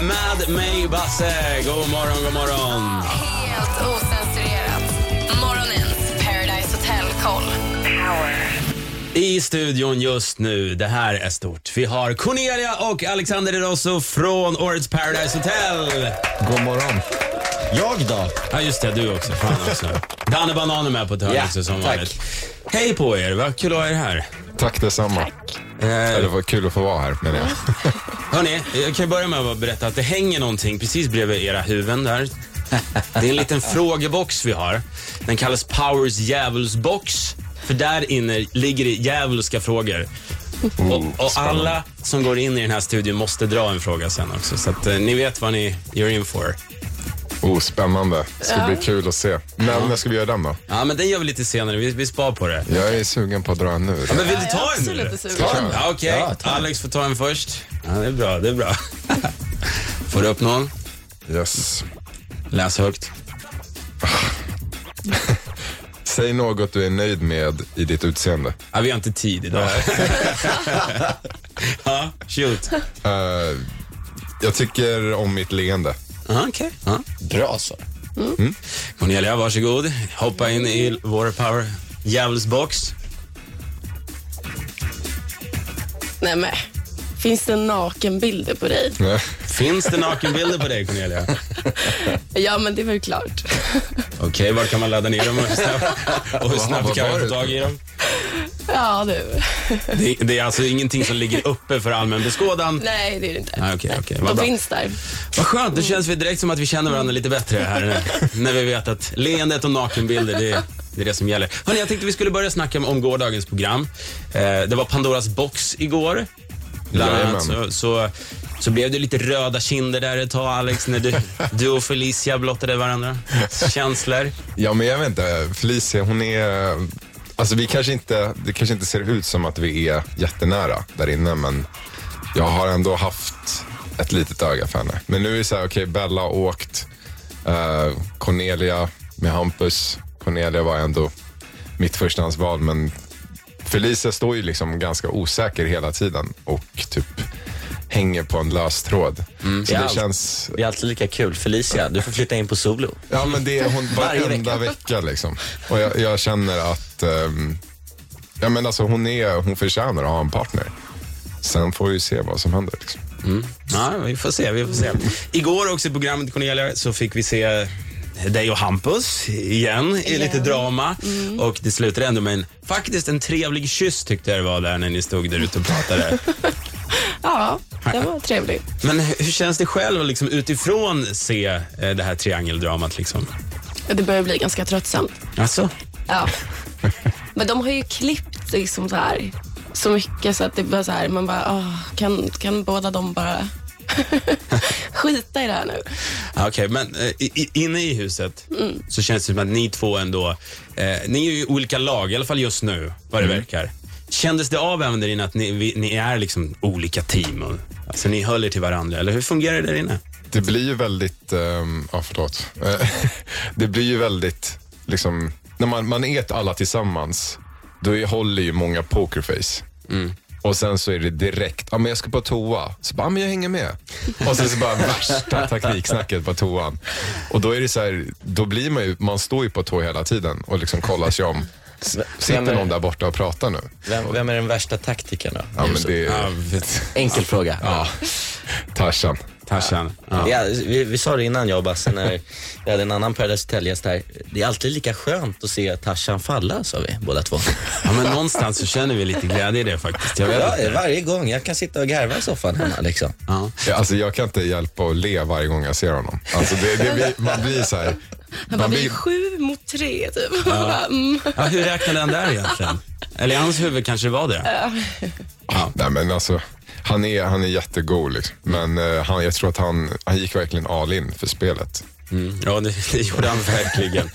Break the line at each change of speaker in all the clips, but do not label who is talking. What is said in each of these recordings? med mig, Basse. God morgon, god morgon.
Helt osensurerat. Morgonens Paradise Hotel koll.
I studion just nu, det här är stort. Vi har Cornelia och Alexander Erosso från årets Paradise Hotel.
God morgon. Jag då?
Ja, just det. Du också. Fan också. Danne Banan är med på ett hörn
Ja,
också som
tack.
vanligt. Hej på er. Vad kul att ha er här.
Tack detsamma.
Eh,
Det var kul att få vara här menar jag.
Hörni, jag kan ju börja med att berätta att det hänger någonting precis bredvid era huvuden där. Det är en liten frågebox vi har. Den kallas Powers djävulsbox. För där inne ligger det djävulska frågor.
Oh,
Och, och alla som går in i den här studion måste dra en fråga sen också. Så att eh, ni vet vad ni gör in for.
Oh, spännande. Det ska bli kul att se. Men när ska vi göra den då?
Ja, men den gör vi lite senare. Vi, vi spar på det.
Jag är sugen på att dra en nu.
Men vill du
jag
ta
är
en
också
nu?
lite sugen.
Ska jag
Ja, Okej,
Ja, tack.
Alex får ta en först. Ja, det är bra, det är bra. får du upp någon?
Yes.
Läs högt.
Säg något du är nöjd med i ditt utseende.
Ja, vi har inte tid idag. ja, shoot.
Eh, jag tycker om mitt leende.
Aha, Okej. Ja. Mm.
Bra så.
Cornelia, varsågod. Hoppa in i vår power djävulsbox.
Nej men, finns det nakenbilder på dig?
Nej.
Finns det nakenbilder på dig, Cornelia?
Ja men det är väl klart.
Okej, var kan man ladda ner dem och hur snabbt, och hur snabbt
vad
kan
var
man få
det?
tag i dem?
Ja du.
Det, det är alltså ingenting som ligger uppe för allmän beskådan.
Nej det är det inte.
Nej, okej, okej. Vad
De
bra.
finns där.
Vad skönt, det känns vi direkt som att vi känner varandra lite bättre här när, när vi vet att leendet och nakenbilder, det, är- det är det som gäller. Hörrni, jag tänkte vi skulle börja snacka om gårdagens program. Eh, det var Pandoras box igår. Bland annat
Jajamän.
så, så, så blev det lite röda kinder där ett tag, Alex, när du, du och Felicia blottade varandra. Känslor.
Ja, men jag vet inte. Felicia, hon är... Alltså, vi kanske inte, det kanske inte ser ut som att vi är jättenära där inne, men jag har ändå haft ett litet öga för henne. Men nu är det så här, okej, Bella har åkt. eh, Cornelia med Hampus. Cornelia var ändå mitt förstahandsval, men Felicia står ju liksom ganska osäker hela tiden och typ hänger på en lös tråd. så
Det
det,
är allt.
känns...
Det är alltid lika kul. Felicia, du får flytta in på solo.
Ja, men det är hon
Varje
varenda vecka. liksom. Och jag, jag känner att ehm, ja, men alltså, hon, är, hon förtjänar att ha en partner. Sen får vi se vad som händer. Liksom.
Ja, vi får se, vi får se. Igår också i programmet Cornelia så fick vi se dig och Hampus igen i lite drama och det slutade ändå med en, faktiskt en trevlig kyss tyckte jag det var där när ni stod där ute och pratade.
Ja, det var trevligt.
Men hur känns det själv att liksom utifrån se eh, det här triangeldramat liksom?
Det börjar bli ganska tröttsamt.
Alltså?
Ja. Men de har ju klippt liksom så här så mycket så att det bara så här, man bara, åh, kan, kan båda de bara skita i det här nu?
Ja, Okej, men eh, i- i- inne i huset så känns det som att ni två ändå, eh, ni är ju i olika lag, i alla fall just nu, vad det verkar. Kändes det av även där inne att ni, vi, ni är liksom olika team? Och, alltså ni höll er till varandra, eller hur fungerar det där inne?
Det blir ju väldigt... ehm, ja, förlåt. Eh, det blir ju väldigt... Liksom, när man, man är ett alla tillsammans, då är, håller ju många pokerface. Och sen så är det direkt, ja men jag ska på toa. Så bara, ja, men jag hänger med. Och sen så bara värsta taktiksnacket på toan. Och då är det så här, då blir man ju, man står ju på tå hela tiden och liksom kollar sig om. S-
vem är-
Sitter någon där borta och pratar nu?
Vem, vem är den värsta taktikern då?
Ja men det är
Enkel fråga.
ja, Tarzan.
Tarzan. Ja.
Ja, vi, vi sa det innan jag och Basse när vi hade en annan Paradise Hotel-gäst här. Det är alltid lika skönt att se Tarzan falla, sa vi båda två.
ja, men någonstans så känner vi lite glädje i det faktiskt. Jag vet
Ja,
inte.
varje gång. Jag kan sitta och garva i soffan hemma liksom.
Ja.
Ja, Alltså jag kan inte hjälpa att le varje gång jag ser honom. Alltså det, det blir, man blir så här,
Han bara,
man
vi är
blir,
sju mot tre typ. Man bara, mm.
Ja, hur räknade han där egentligen? Eller i hans huvud kanske det var det.
nej men alltså, han är, han är jättegod liksom. Men eh, han, jag tror att han, han gick verkligen all in för spelet.
Mm. Ja, det, det gjorde han verkligen.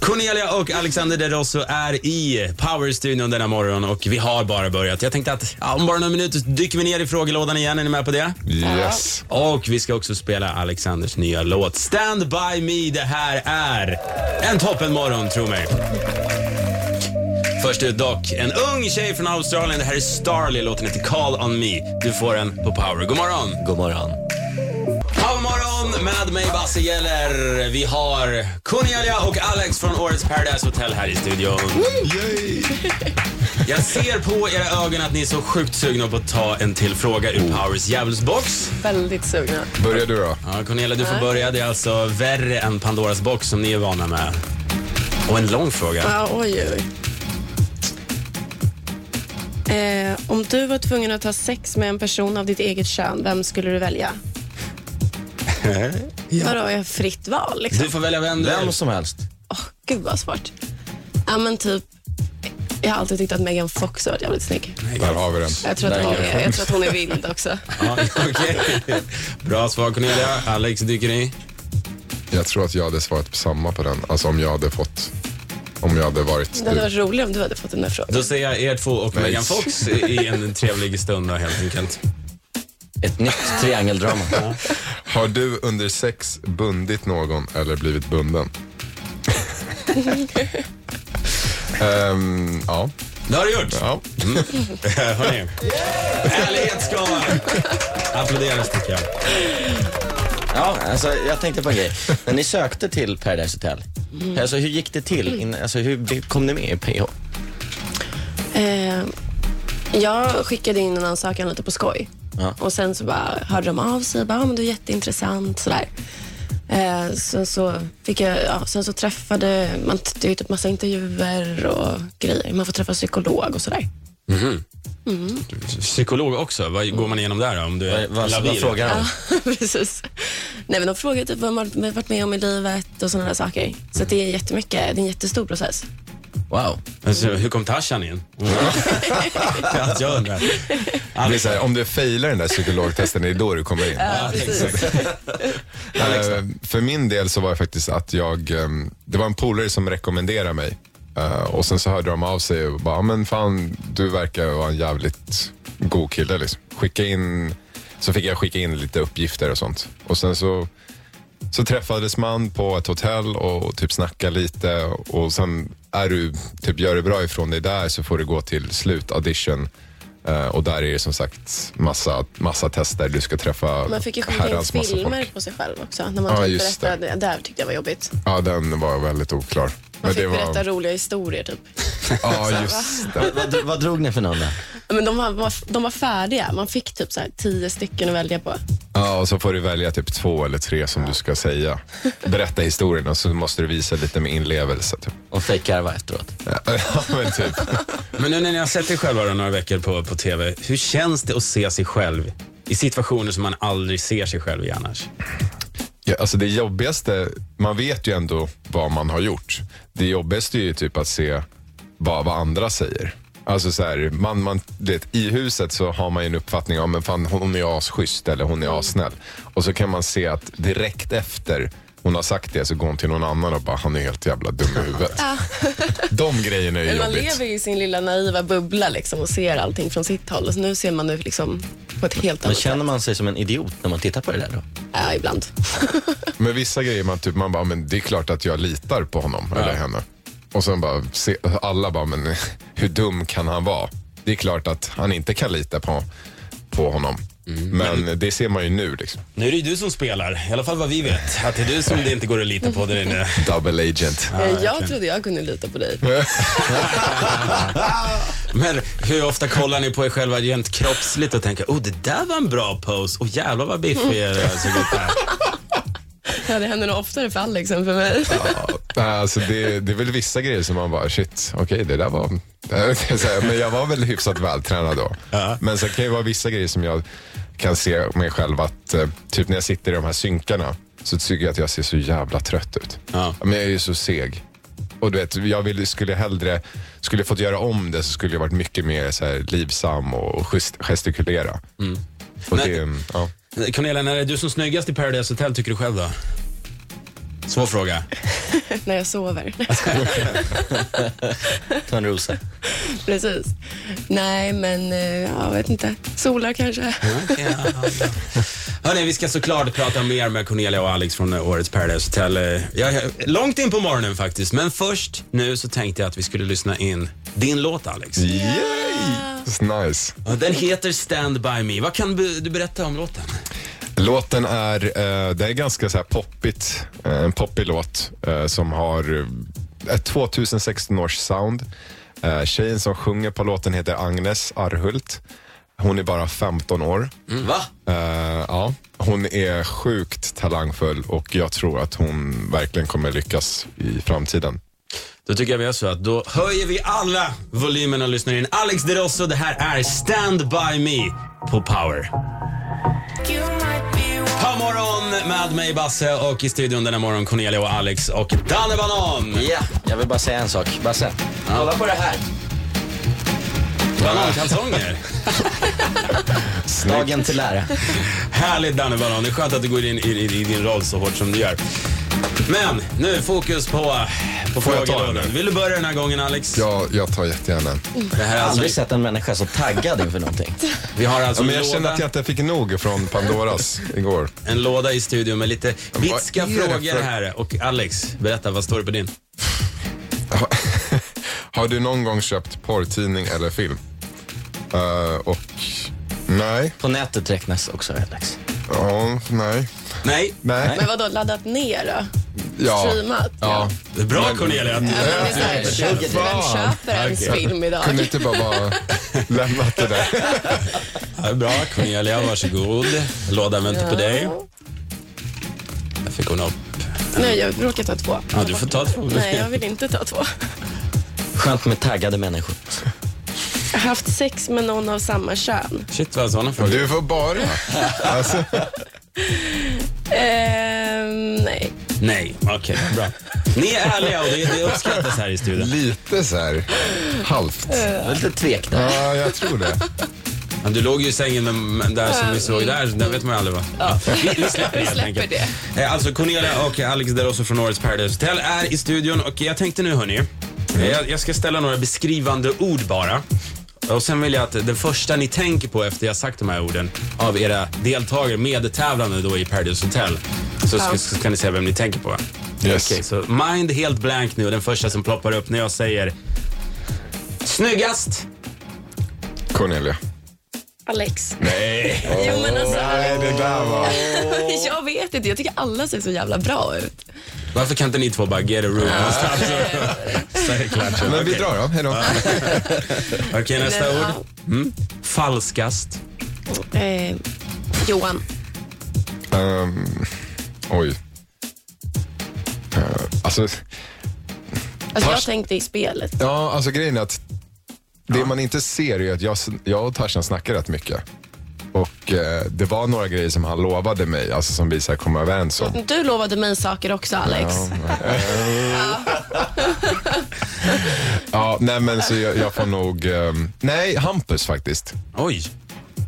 Cornelia och Alexander De Rosso är i Powerstudion denna morgon och vi har bara börjat. Jag tänkte att ja, om bara några minuter så dyker vi ner i frågelådan igen. Är ni med på det?
Yes.
Och vi ska också spela Alexanders nya låt Stand By Me. Det här är en toppen morgon, tro mig. Först ut dock en ung tjej från Australien. Det här är Starly. Låten heter Call On Me. Du får den på Power. God morgon!
God morgon.
Power med mig Basse Geller. Vi har Cornelia och Alex från årets Paradise Hotel här i studion.
Yay!
Jag ser på era ögon att ni är så sjukt sugna på att ta en till fråga ur Powers djävulsbox.
Väldigt sugna.
Börjar du då?
Ja, Cornelia, du får börja. Det är alltså värre än Pandoras box som ni är vana med. Och en lång fråga.
Ja, oj, oj. Eh, om du var tvungen att ha sex med en person av ditt eget kön, vem skulle du välja? Vadå, är fritt val liksom?
Du får välja vem du vill.
Vem som helst.
Åh, gud vad svårt. Ja, men typ, jag har alltid tyckt att Megan Fox har varit jävligt snygg.
Där har vi den.
Jag tror, att hon, är- jag tror att hon är vild också.
Ja, okej. Bra svar Cornelia. Alex dyker i.
Jag tror att jag hade svarat på samma på den. Alltså om jag hade fått... Om jag hade varit
Det hade
du.
varit roligt om du hade fått den där frågan.
Då säger jag er två och
Nej.
Megan Fox i en trevlig stund då, helt enkelt.
Ett nytt triangeldrama.
Har du under sex bundit någon eller blivit bunden? Ehm, ja.
Det har du gjort.
ja.
Hörni. Ärlighet ska man. Applåderas tycker jag.
Ja, alltså, jag tänkte på en grej. När ni sökte till Paradise Hotel, alltså, hur gick det till? In, alltså, hur kom ni med i PH?
Eh, jag skickade in en ansökan lite på skoj.
Ja.
Och sen så bara hörde de av sig. Bara, "Ja, men du är jätteintressant. Sådär. Eh, sen, så fick jag, ja, sen så träffade man, det är ju typ massa intervjuer och grejer. Man får träffa psykolog och sådär.
Psykolog också. Vad går man igenom där då? Om du är
Vad, vad, vad
labil?
frågar de?
Precis. Nej, men de frågar typ vad man har varit med om i livet och sådana där saker. Så att det är jättemycket, det är en jättestor process.
Wow.
Alltså, hur kom Tarzan in? Att jag undrar.
Det är
Alex,
så här, om du failar den där psykologtesten, det är då du kommer in.
exakt.
Eh, för min del så var det faktiskt att jag, ehm, det var en polare som rekommenderade mig. Eh, och sen så hörde de av sig och bara, "Ja, men fan du verkar vara en jävligt god kille liksom. Skicka in, så fick jag skicka in lite uppgifter och sånt. Och sen så, så träffades man på ett hotell och typ snackade lite och sen är du, typ gör det bra ifrån dig där så får du gå till slutaudition. Eh, och där är det som sagt massa, massa tester. Du ska träffa
Man fick ju skicka in
herrans alltså massa
filmer
folk.
på sig själv också. När man
Ja,
typ
just det.
berättade, det. där tyckte jag var jobbigt.
Ja, den var väldigt oklar.
Man fick
det var...
berätta roliga historier typ.
Ja, just det.
vad, vad drog ni för någon då?
Men de var, var, de var färdiga. Man fick typ så här tio stycken att välja på.
Ja, och så får du välja typ två eller tre som du ska säga. Berätta historien och så måste du visa lite med inlevelse. Typ.
Och fejkgarva efteråt.
Ja, men typ.
Men nu när ni har sett er själva då några veckor på, på TV, hur känns det att se sig själv i situationer som man aldrig ser sig själv i annars?
Ja, alltså det jobbigaste, man vet ju ändå vad man har gjort. Det jobbigaste är ju typ att se vad, vad andra säger. Alltså så här, man, man, det, I huset så har man ju en uppfattning om men fan, hon är asschysst eller hon är assnäll. Och så kan man se att direkt efter hon har sagt det så går hon till någon annan och bara han är helt jävla dum i huvudet. De grejerna är
Men
ju
man
jobbigt.
lever ju i sin lilla naiva bubbla liksom och ser allting från sitt håll. Så nu ser man det liksom på ett helt
Men
annat sätt.
känner man sig som en idiot när man tittar på det där då?
Ja, ibland.
Men vissa grejer man typ, man bara, men det är klart att jag litar på honom eller henne. Och sen bara, se, alla bara, men hur dum kan han vara? Det är klart att han inte kan lita på, på honom. Men det ser man ju nu liksom.
Nu är det ju du som spelar, i alla fall vad vi vet. Att det är du som det inte går att lita på där inne.
Double agent.
jag trodde jag kunde lita på dig.
Men hur ofta kollar ni på er själva rent kroppsligt och tänker, oh det där var en bra pose, och jävlar vad biffig jag Alltså, såg ut där.
Ja, det händer nog oftare för Alex än för mig.
Nej, Alltså det, det är väl vissa grejer som man bara, shit, okej det där var... Så här, Men jag var väl hyfsat vältränad då. Men sen kan det vara vissa grejer som jag kan se mig själv att, eh, typ när jag sitter i de här synkarna så tycker jag att jag ser så jävla trött ut.
Ja.
Men jag är ju så seg. Och du vet, jag ville, skulle hellre, skulle jag fått göra om det så skulle jag varit mycket mer så här, livsam och gest, gestikulera. Och
Men-
det, mm, ja.
Cornelia, när är du som snyggast i Paradise Hotel tycker du själv då? Svår fråga.
När jag sover.
Törnrosa.
Precis. Nej, men eh, ja, jag vet inte. Solar kanske.
Mm. Hörni, vi ska såklart prata mer med Cornelia och Alex från eh, årets Paradise Hotel. Eh, Jag är långt in på morgonen faktiskt, men först nu så tänkte jag att vi skulle lyssna in din låt Alex.
Yay! It's nice.
Och Den heter Stand By Me. Vad kan be- du berätta om låten?
Låten är, eh, det är ganska så här poppigt. Eh, en poppig låt eh, som har eh, ett 2016 års sound. Eh, tjejen som sjunger på låten heter Agnes Arhult. Hon är bara 15 år.
Va?
Eh, ja. Hon är sjukt talangfull och jag tror att hon verkligen kommer lyckas i framtiden.
Då tycker jag vi gör så att då höjer vi alla volymerna och lyssnar in. Alex De Rosso, det här är Stand By Me på Power. God morgon med mig Basse och i studion denna morgon Cornelia och Alex och Danne Banan.
Ja, jag vill bara säga en sak. Basse, kolla på det här.
Banankalsonger.
Dagen till ära.
Härligt Danne Banan, det är skönt att du går in i, i, i din roll så hårt som du gör. Men nu fokus på, på
Får jag ta
frågelunden.
den?
Vill du börja den här gången Alex?
Ja, jag tar jättegärna en.
Det här är
Jag har
alltså,
aldrig sett en människa så taggad inför någonting.
vi har alltså
Ja, men jag
en
känner
låda.
att jag inte fick nog från Pandoras igår.
en låda i studion med lite bitska
är det
frågor
för-
här. Och Alex, berätta, vad står det på din?
Har du någon gång köpt porrtidning eller film? Eh, och nej.
På nätet räknas också Alex.
Ja, nej.
Nej.
Nej.
Men vadå, laddat ner då?
Ja.
Streamat?
Ja.
Bra Cornelia. att-
Ja, men det är så här,
Nej,
Vem
fan.
köper ens
Okej.
film idag?
Kunde inte bara, bara lämnat det där.
Ja, bra Cornelia, varsågod. Lådan väntar på dig. Där fick hon upp.
Nej, jag råkar ta två.
Ja, du får ta två.
Nej, jag vill inte ta två.
Skönt med taggade människor.
Jag har haft sex med någon av samma kön.
Shit vad sådana frågor.
Du får bara. Alltså,
Ehm, nej.
Nej, okej, bra. Ni är ärliga och det, det uppskattas här i studion.
lite så här halvt.
Jag var lite tvek där.
Ja, jag tror det.
Men du låg ju i sängen med- med, där som vi såg där, där vet man ju aldrig vad. Ja. Vi släpper det helt enkelt. Eh, Alltså Cornelia och Alex Derosso från årets Paradise Hotel är i studion och jag tänkte nu hörni, eh, jag, jag ska ställa några beskrivande ord bara. Och sen vill jag att det första ni tänker på efter jag sagt de här orden av era deltagare, medtävlande då i Paradise Hotel, så ska, så ska ni säga vem ni tänker på.
Yes.
Okej, så mind helt blank nu och den första som ploppar upp när jag säger Snyggast!
Cornelia.
Alex.
Nej.
Jo, men alltså,
Nej, det där var...
jag vet inte. Jag tycker alla ser så jävla bra ut.
Varför kan inte ni två bara get a room någonstans? Så är det klart.
Men vi
Okej.
drar då. Hej då.
Okej, nästa
Men,
ord. Falskast.
ja. Ehm, Johan.
Ehm, oj. Eh, alltså,
Alltså, jag
Fast-
tänkte i spelet.
ja, alltså grejen är att det man inte ser är att jag, jag och Tarzan snackar rätt mycket. Och eh, det var några grejer som han lovade mig, alltså som vi så här kom överens om.
Du lovade mig saker också, Alex.
Ja, nej men så jag, jag får nog, ehm, nej Hampus faktiskt.
Oj.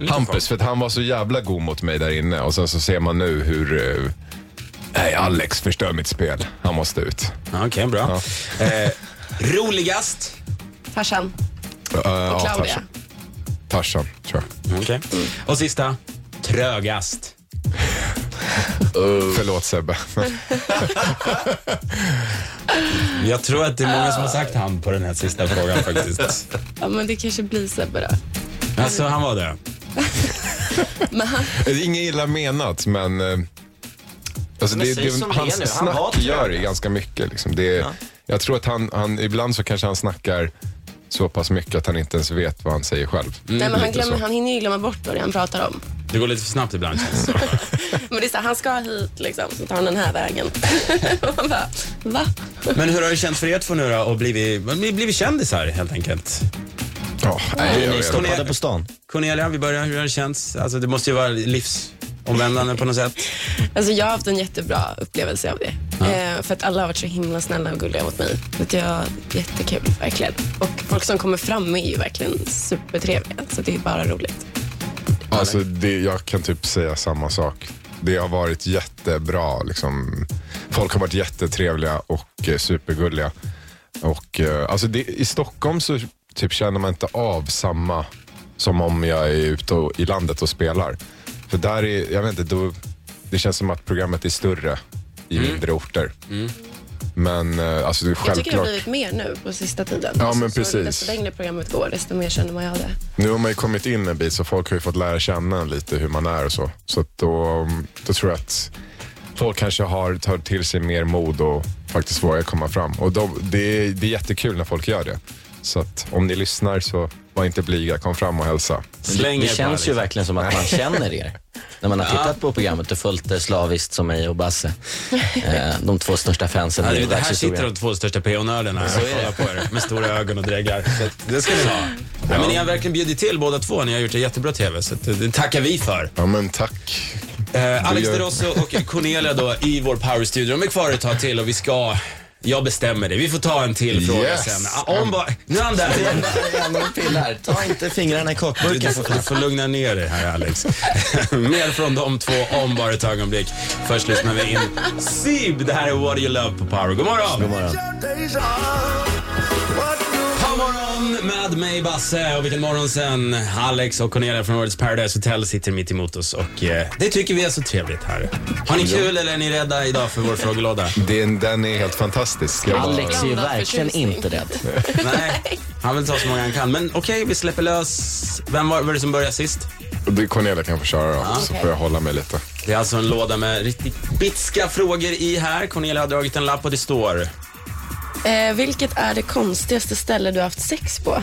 Hampus, för att han var så jävla god mot mig där inne och sen så ser man nu hur, eh, nej Alex förstör mitt spel, han måste ut.
Ja, Okej, bra. Eh, roligast.
Tarzan
Uh,
och Claudia.
Tarzan, Tarzan, tror jag.
Okej. Och sista. Trögast.
Förlåt Sebbe.
Jag tror att det är många som har sagt han på den här sista frågan faktiskt.
Ja, men det kanske blir Sebbe då.
Alltså, han var det.
Men han,
Det är Inget illa Eh, menat, men... eh, Alltså
Men
det,
säg
det,
som det är
hans
nu, han
snack
var trög,
gör det
alltså.
ganska mycket. Liksom. Det, är- Jag tror att han, han, ibland så kanske han snackar så pass mycket att han inte ens vet vad han säger själv.
nej, men han,
lite
glömmer,
så.
han hinner ju glömma bort vad det är han pratar om.
Det går lite för snabbt ibland känns det som.
Men det är så här, han ska hit liksom, så tar han den här vägen. Och man bara, va?
Men hur har det känts för er två nu då och blivit, ni har blivit kändisar helt enkelt?
Ja, nej, jag
Ni
vet.
stoppade på stan.
Cornelia, vi börjar. Hur har det känts? Alltså, det måste ju vara livsomvändande på något sätt.
Alltså jag har haft en jättebra upplevelse av det. Eh, för att alla har varit så himla snälla och gulliga mot mig. Så att jag, jättekul verkligen. Och folk som kommer fram är ju verkligen supertrevliga. Så det är bara roligt.
Alltså, det, jag kan typ säga samma sak. Det har varit jättebra. Liksom. Folk har varit jättetrevliga och eh, supergulliga. Och, eh, alltså det, I Stockholm så typ känner man inte av samma som om jag är ute och, i landet och spelar. För där är, jag vet inte, då, det känns som att programmet är större i mindre orter. Men eh, alltså, det är
Mm. Jag tycker det har
självklart.
blivit mer nu på sista tiden.
Ja, men
så,
precis.
desto längre programmet går, desto mer känner man ju av det.
Nu har man ju kommit in en bit så folk har ju fått lära känna en lite hur man är och så. Så att då, då tror jag att folk kanske har tagit till sig mer mod och faktiskt vågar komma fram. Och de, det, är, det är jättekul när folk gör det. Så att om ni lyssnar så var inte blyga, kom fram och hälsa.
Släng er
det
bara,
känns ju
liksom.
verkligen som att man känner er. När man har tittat på programmet och följt det eh, slaviskt som mig och Basse. Eh, De två största fansen. i
Ja, det här
världshistorien.
sitter de två största PH-nördarna och kollar på er med stora ögon och dreglar. Så att det ska ni ha. Ja, men ni har verkligen bjudit till båda två. Ni har gjort en jättebra TV, så att, det det tackar vi för.
Ja men tack.
Eh, Alex
gör-
De Rosso och Cornelia då i vår powerstudio. De är kvar ett tag till och vi ska... Jag bestämmer det. Vi får ta en till fråga
Yes.
sen. Ah, Om bara, nu är han där igen.
Jävla pillar. Ta inte fingrarna i
Du, du,
kakburken.
får, du får lugna ner dig här Alex. Mer från de två om bara ett ögonblick. Först lyssnar vi in Sib. Det här är What Do You Love på Power. God morgon!
God morgon.
God morgon med mig Basse och vilken morgon sen. Alex och Cornelia från årets Paradise Hotel sitter mitt emot oss och eh, det tycker vi är så trevligt här. Har ni kul eller är ni rädda idag för vår frågelåda?
Den, den är helt fantastisk. Jag bara,
Alex är ju
Blandad
verkligen
förtjusning.
inte rädd.
Nej, han vill ta så många han kan. Men okej, vi släpper lös. Vem var, var det som började sist?
du, Cornelia kan få köra då, så
okej.
får jag hålla mig lite.
Det är alltså en låda med riktigt bitska frågor i här. Cornelia har dragit en lapp och det står.
Eh, vilket är det konstigaste ställe du har haft sex på?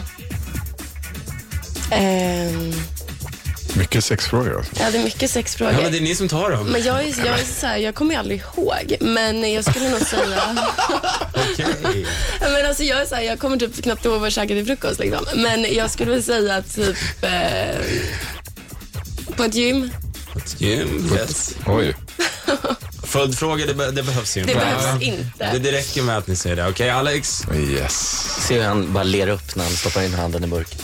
Ehm,
Mycket sexfrågor alltså.
jag hade mycket sexfrågor.
Ja, men det är ni som tar dem.
Men jag, är, jag, är så här, jag kommer ju aldrig ihåg, men jag skulle nog säga...
Okej.
men alltså jag, är så här, jag kommer typ knappt ihåg vad jag käkade till frukost. Liksom. Men jag skulle väl säga typ eh, på ett gym.
Gym, yes.
Oj.
Följdfrågor, det, be- det behövs ju inte.
Det behövs
Ja.
inte.
Det, det räcker med att ni säger det. Okej, Alex.
Yes.
Se hur han bara ler upp när han stoppar in handen i burken.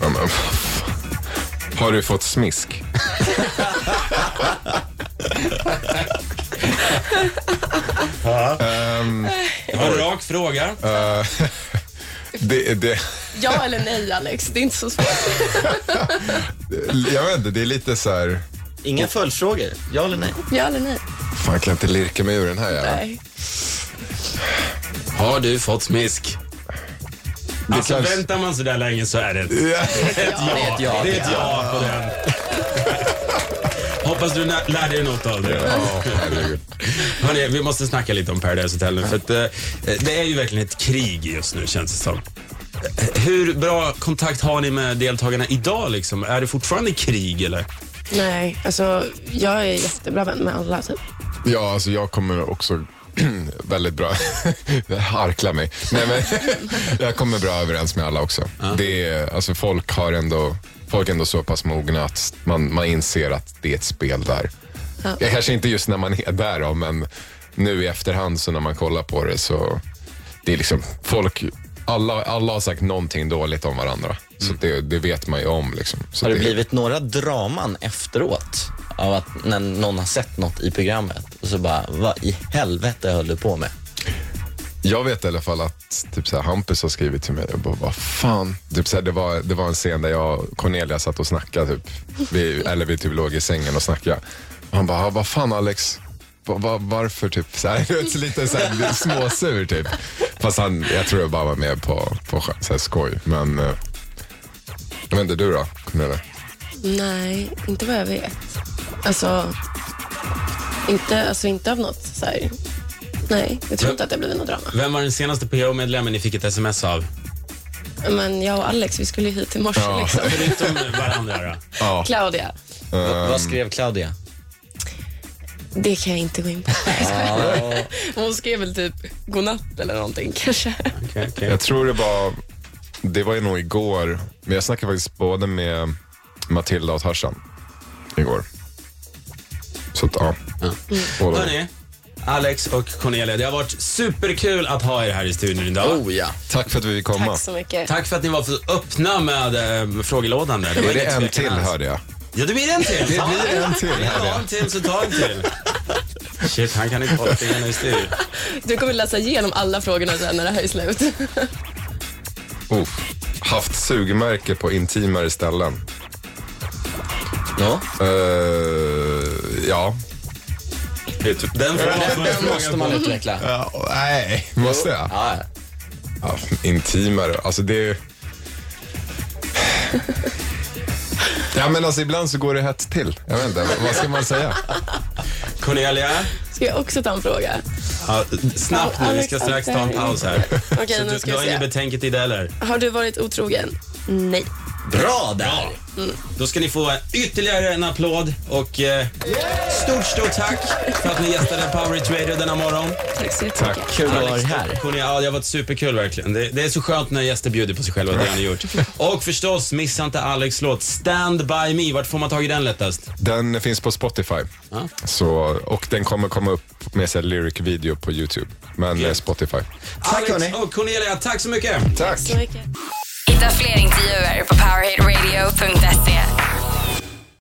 Ja, men, vad fan. Har du fått smisk? Ehm,
Det var en rak fråga.
eh, det, det,
Ja eller nej Alex, det är inte så svårt.
jag vet inte, det är lite så här...
Inga följdfrågor. Ja eller nej?
Ja eller nej?
Fan, kan jag inte lirka mig ur den här jäveln?
nej.
Har du fått smisk? Alltså,
kanske-
väntar man så där länge så är det ett
Ja.
ett ja. Det är ett ja på den. Hoppas du lä- lärde dig något av det.
herregud.
Hörrni, vi måste snacka lite om Paradise Hotel nu, för att, eh, det är ju verkligen ett krig just nu känns det som. Eh, Hur bra kontakt har ni med deltagarna idag liksom? Är det fortfarande krig eller?
Nej, alltså jag är jättebra vän med alla typ.
Ja, alltså jag kommer också väldigt bra, Jag harklar mig. Nej, men jag kommer bra överens med alla också. Det är, alltså folk har ändå, folk är ändå så pass mogna att man, man inser att det är ett spel där. Jag kanske inte just när man är där då, men nu i efterhand så när man kollar på det så det är liksom folk, alla, alla har sagt någonting dåligt om varandra. Så det, det vet man ju om. Liksom. Så
Mm. Har det
det-
blivit några draman efteråt? Av att när någon har sett något i programmet och så bara, vad i helvete höll du på med?
Jag vet i alla fall att typ så här, Hampus har skrivit till mig och bara, vad fan. Typ så här, det, var, det var en scen där jag och Cornelia satt och snackade, typ. vi, eller vi typ låg i sängen och snackade. Och han bara, "Ah, vad fan Alex, va, va, varför typ så här, du vet, så lite så här, småsur typ. Fast han, jag tror jag bara var med på, på sk- så här, skoj. Men eh, jag vet inte, du då Cornelia?
Nej, inte vad jag vet. Alltså, inte, alltså, inte av något så här. Nej, jag tror inte att det har blivit något drama.
Vem var den senaste PO-medlemmen ni fick ett sms av?
Men jag och Alex, vi skulle ju hit i morse
Ja.
liksom.
Förutom varandra då?
Ja,
Claudia,
V- vad skrev Claudia?
det kan jag inte gå in på. Hon skrev väl typ godnatt eller någonting kanske.
Okej, okej.
jag tror det var, det var ju nog igår, men jag snackade faktiskt både med Matilda och Tarzan igår. Så att, ja. Båda.
Hörni, Alex och Cornelia, det har varit superkul att ha er här i studion idag.
ja.
Tack för att vi fick komma.
Tack så mycket.
Tack för att ni var så öppna med eh, frågelådan där. var
Är det
ingen
en
tvekan
till
alls.
hörde jag?
Ja, det blir en till.
Det blir en till hörde
Ja,
jag.
en till så ta en till. Shit, han kan inte hålla fingrarna i styr.
Du kommer läsa igenom alla frågorna sen när det här är slut.
Oh. Haft sugmärke på intimare ställen.
Ja,
Eh, ja.
Det är typ Den frågan
Den,
får jag
den
fråga
måste man
på.
utveckla.
Ja, och- nej, måste jag?
Ja,
Ja, intimare. Alltså det är ju... Ja men alltså ibland så går det hett till. Jag vet inte, vad ska man säga?
Cornelia,
Ska jag också ta en fråga?
ja, snabbt nu. Vi ska strax ta en paus här.
Okej,
Så
nu
du,
ska
du har
vi
inget
se.
betänketid heller.
Har du varit otrogen? Nej.
bra där.
Då ska ni få ytterligare en applåd och eh, stort, stort tack för att ni gästade Power Hit Radio denna morgon.
Tack så jättemycket.
Kul att ha dig
Alex,
här.
Cornelia, ja, det har varit superkul verkligen. Det, det är så skönt när gäster bjuder på sig själva, det har ni gjort. Och förstås, missa inte Alex låt Stand By Me. Vart får man tag i den lättast?
Den finns på Spotify.
Ja.
Så, och den kommer komma upp med sig lyric-video på YouTube. Men eh, Spotify.
Alex
hörni.
och Cornelia, tack så mycket.
Tack!
Så mycket.
Hitta fler intervjuer på powerhitradio.se.